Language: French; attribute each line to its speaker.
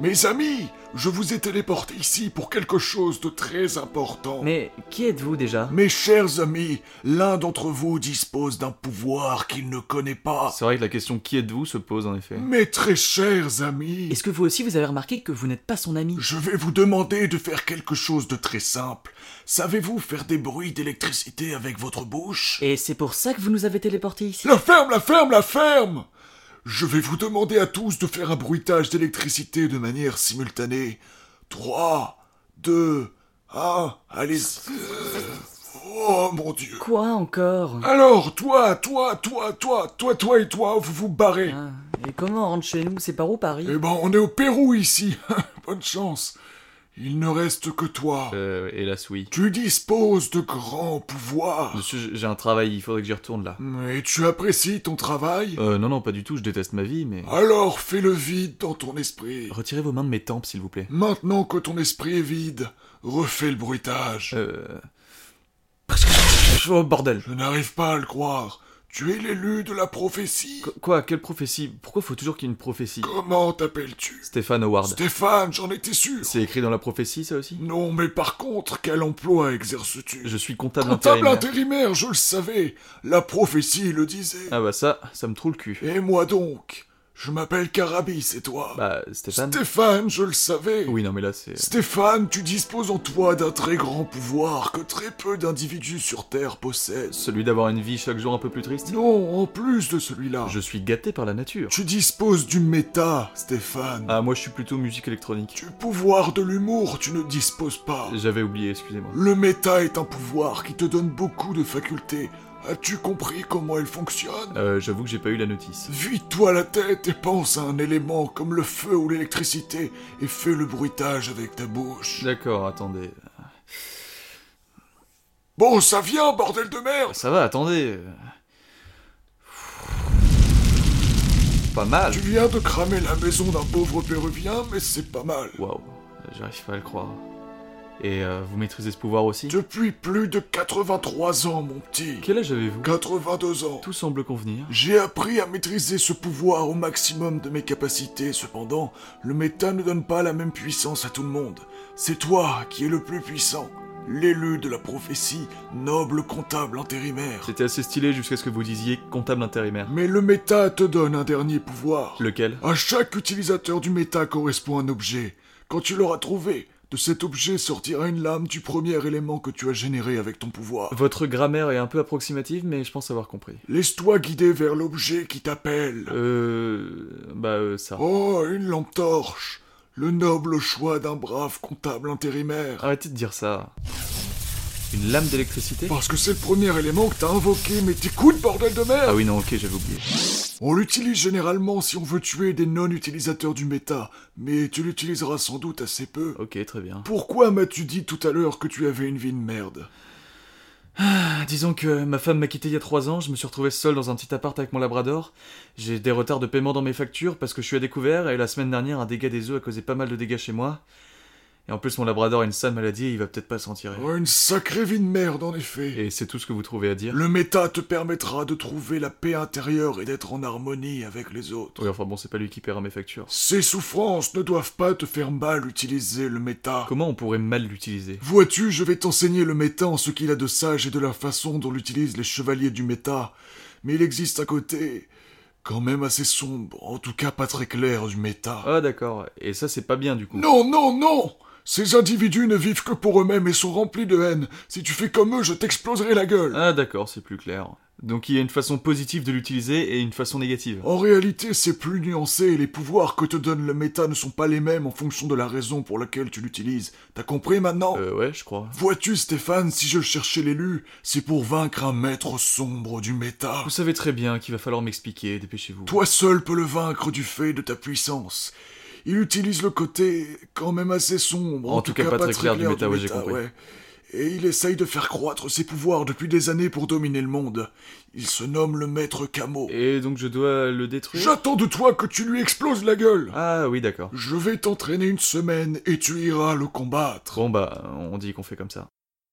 Speaker 1: Mes amis, je vous ai téléporté ici pour quelque chose de très important.
Speaker 2: Mais qui êtes-vous déjà
Speaker 1: Mes chers amis, l'un d'entre vous dispose d'un pouvoir qu'il ne connaît pas.
Speaker 3: C'est vrai que la question qui êtes-vous se pose en effet.
Speaker 1: Mes très chers amis,
Speaker 2: Est-ce que vous aussi vous avez remarqué que vous n'êtes pas son ami
Speaker 1: je vais vous demander de faire quelque chose de très simple. Savez-vous faire des bruits d'électricité avec votre bouche
Speaker 2: Et c'est pour ça que vous nous avez téléportés ici
Speaker 1: La ferme, la ferme, la ferme Je vais vous demander à tous de faire un bruitage d'électricité de manière simultanée. 3, 2, 1, allez. Oh mon dieu
Speaker 2: Quoi encore
Speaker 1: Alors, toi, toi, toi, toi, toi, toi et toi, vous vous barrez.
Speaker 2: Ah, Et comment on rentre chez nous C'est par où Paris
Speaker 1: Eh ben, on est au Pérou ici. Bonne chance. Il ne reste que toi.
Speaker 3: Euh, hélas, oui.
Speaker 1: Tu disposes de grands pouvoirs.
Speaker 3: Monsieur, j'ai un travail, il faudrait que j'y retourne là.
Speaker 1: Et tu apprécies ton travail
Speaker 3: Euh, non, non, pas du tout, je déteste ma vie, mais.
Speaker 1: Alors fais le vide dans ton esprit.
Speaker 3: Retirez vos mains de mes tempes, s'il vous plaît.
Speaker 1: Maintenant que ton esprit est vide, refais le bruitage.
Speaker 3: Euh. Oh bordel
Speaker 1: Je n'arrive pas à le croire. Tu es l'élu de la prophétie.
Speaker 3: Qu- Quoi, quelle prophétie Pourquoi faut toujours qu'il y ait une prophétie
Speaker 1: Comment t'appelles-tu
Speaker 3: Stéphane Howard.
Speaker 1: Stéphane, j'en étais sûr.
Speaker 3: C'est écrit dans la prophétie, ça aussi
Speaker 1: Non, mais par contre, quel emploi exerces-tu
Speaker 3: Je suis comptable
Speaker 1: Comptable
Speaker 3: intérimaire.
Speaker 1: intérimaire, je le savais. La prophétie le disait.
Speaker 3: Ah bah ça, ça me trouve le cul.
Speaker 1: Et moi donc Je m'appelle Carabis, et toi
Speaker 3: Bah, Stéphane
Speaker 1: Stéphane, je le savais.
Speaker 3: Oui, non, mais là, c'est.
Speaker 1: Stéphane, tu disposes en toi d'un très grand pouvoir que très peu d'individus sur Terre possèdent.
Speaker 3: Celui d'avoir une vie chaque jour un peu plus triste
Speaker 1: Non, en plus de celui-là,
Speaker 3: Je suis gâté par la nature.
Speaker 1: tu disposes du méta, Stéphane.
Speaker 3: Ah, moi, je suis plutôt musique électronique.
Speaker 1: Du pouvoir de l'humour, tu ne disposes pas.
Speaker 3: J'avais oublié, excusez-moi.
Speaker 1: Le méta est un pouvoir qui te donne beaucoup de facultés. As-tu compris comment elle fonctionne
Speaker 3: Euh, j'avoue que j'ai pas eu la notice.
Speaker 1: Vide-toi la tête et pense à un élément comme le feu ou l'électricité et fais le bruitage avec ta bouche.
Speaker 3: D'accord, attendez.
Speaker 1: Bon, ça vient, bordel de merde
Speaker 3: Ça va, attendez. Pas mal.
Speaker 1: Tu viens de cramer la maison d'un pauvre péruvien, mais c'est pas mal.
Speaker 3: Waouh, j'arrive pas à le croire. Et euh, vous maîtrisez ce pouvoir aussi
Speaker 1: Depuis plus de 83 ans, mon petit.
Speaker 3: Quel âge avez-vous
Speaker 1: 82 ans.
Speaker 3: Tout semble convenir.
Speaker 1: J'ai appris à maîtriser ce pouvoir au maximum de mes capacités, cependant, le méta ne donne pas la même puissance à tout le monde. C'est toi qui es le plus puissant, l'élu de la prophétie, noble comptable intérimaire.
Speaker 3: C'était assez stylé jusqu'à ce que vous disiez comptable intérimaire.
Speaker 1: Mais le méta te donne un dernier pouvoir.
Speaker 3: Lequel
Speaker 1: À chaque utilisateur du méta correspond un objet. Quand tu l'auras trouvé, de cet objet sortira une lame du premier élément que tu as généré avec ton pouvoir.
Speaker 3: Votre grammaire est un peu approximative, mais je pense avoir compris.
Speaker 1: Laisse-toi guider vers l'objet qui t'appelle.
Speaker 3: Euh. Bah, euh, ça.
Speaker 1: Oh, une lampe torche Le noble choix d'un brave comptable intérimaire.
Speaker 3: Arrêtez de dire ça. Une lame d'électricité
Speaker 1: Parce que c'est le premier élément que t'as invoqué, mais t'écoutes, bordel de merde
Speaker 3: Ah oui, non, ok, j'avais oublié.
Speaker 1: On l'utilise généralement si on veut tuer des non-utilisateurs du méta, mais tu l'utiliseras sans doute assez peu.
Speaker 3: Ok, très bien.
Speaker 1: Pourquoi m'as-tu dit tout à l'heure que tu avais une vie de merde
Speaker 3: Ah, Disons que ma femme m'a quitté il y a trois ans, je me suis retrouvé seul dans un petit appart avec mon labrador. J'ai des retards de paiement dans mes factures parce que je suis à découvert et la semaine dernière un dégât des eaux a causé pas mal de dégâts chez moi. Et en plus mon labrador a une sale maladie et il va peut-être pas s'en tirer.
Speaker 1: Oh, Une sacrée vie de merde, en effet.
Speaker 3: Et c'est tout ce que vous trouvez à dire
Speaker 1: Le méta te permettra de trouver la paix intérieure et d'être en harmonie avec les autres.
Speaker 3: Oui, enfin bon, c'est pas lui qui paiera mes factures.
Speaker 1: Ces souffrances ne doivent pas te faire mal utiliser le méta.
Speaker 3: Comment on pourrait mal l'utiliser
Speaker 1: Vois-tu, je vais t'enseigner le méta en ce qu'il a de sage et de la façon dont l'utilisent les chevaliers du méta. Mais il existe un côté quand même assez sombre, en tout cas pas très clair du méta.
Speaker 3: Ah d'accord, et ça c'est pas bien du coup.
Speaker 1: Non, non, non Ces individus ne vivent que pour eux-mêmes et sont remplis de haine. Si tu fais comme eux, je t'exploserai la gueule.
Speaker 3: Ah d'accord, c'est plus clair. Donc il y a une façon positive de l'utiliser et une façon négative.
Speaker 1: En réalité, c'est plus nuancé et les pouvoirs que te donne le méta ne sont pas les mêmes en fonction de la raison pour laquelle tu l'utilises. T'as compris maintenant
Speaker 3: Euh ouais, je crois.
Speaker 1: Vois-tu, Stéphane, si je cherchais l'élu, c'est pour vaincre un maître sombre du méta.
Speaker 3: Vous savez très bien qu'il va falloir m'expliquer, dépêchez-vous.
Speaker 1: Toi seul peux le vaincre du fait de ta puissance. Il utilise le côté quand même assez sombre, en, tout, cas, pas, très clair,
Speaker 3: du méta, ouais, j'ai compris.
Speaker 1: ouais. Et il essaye de faire croître ses pouvoirs depuis des années pour dominer le monde. Il se nomme le maître Camo.
Speaker 3: Et donc je dois le détruire
Speaker 1: J'attends de toi que tu lui exploses la gueule.
Speaker 3: Ah oui, d'accord.
Speaker 1: Je vais t'entraîner une semaine et tu iras le combattre.
Speaker 3: Bon bah, on dit qu'on fait comme ça.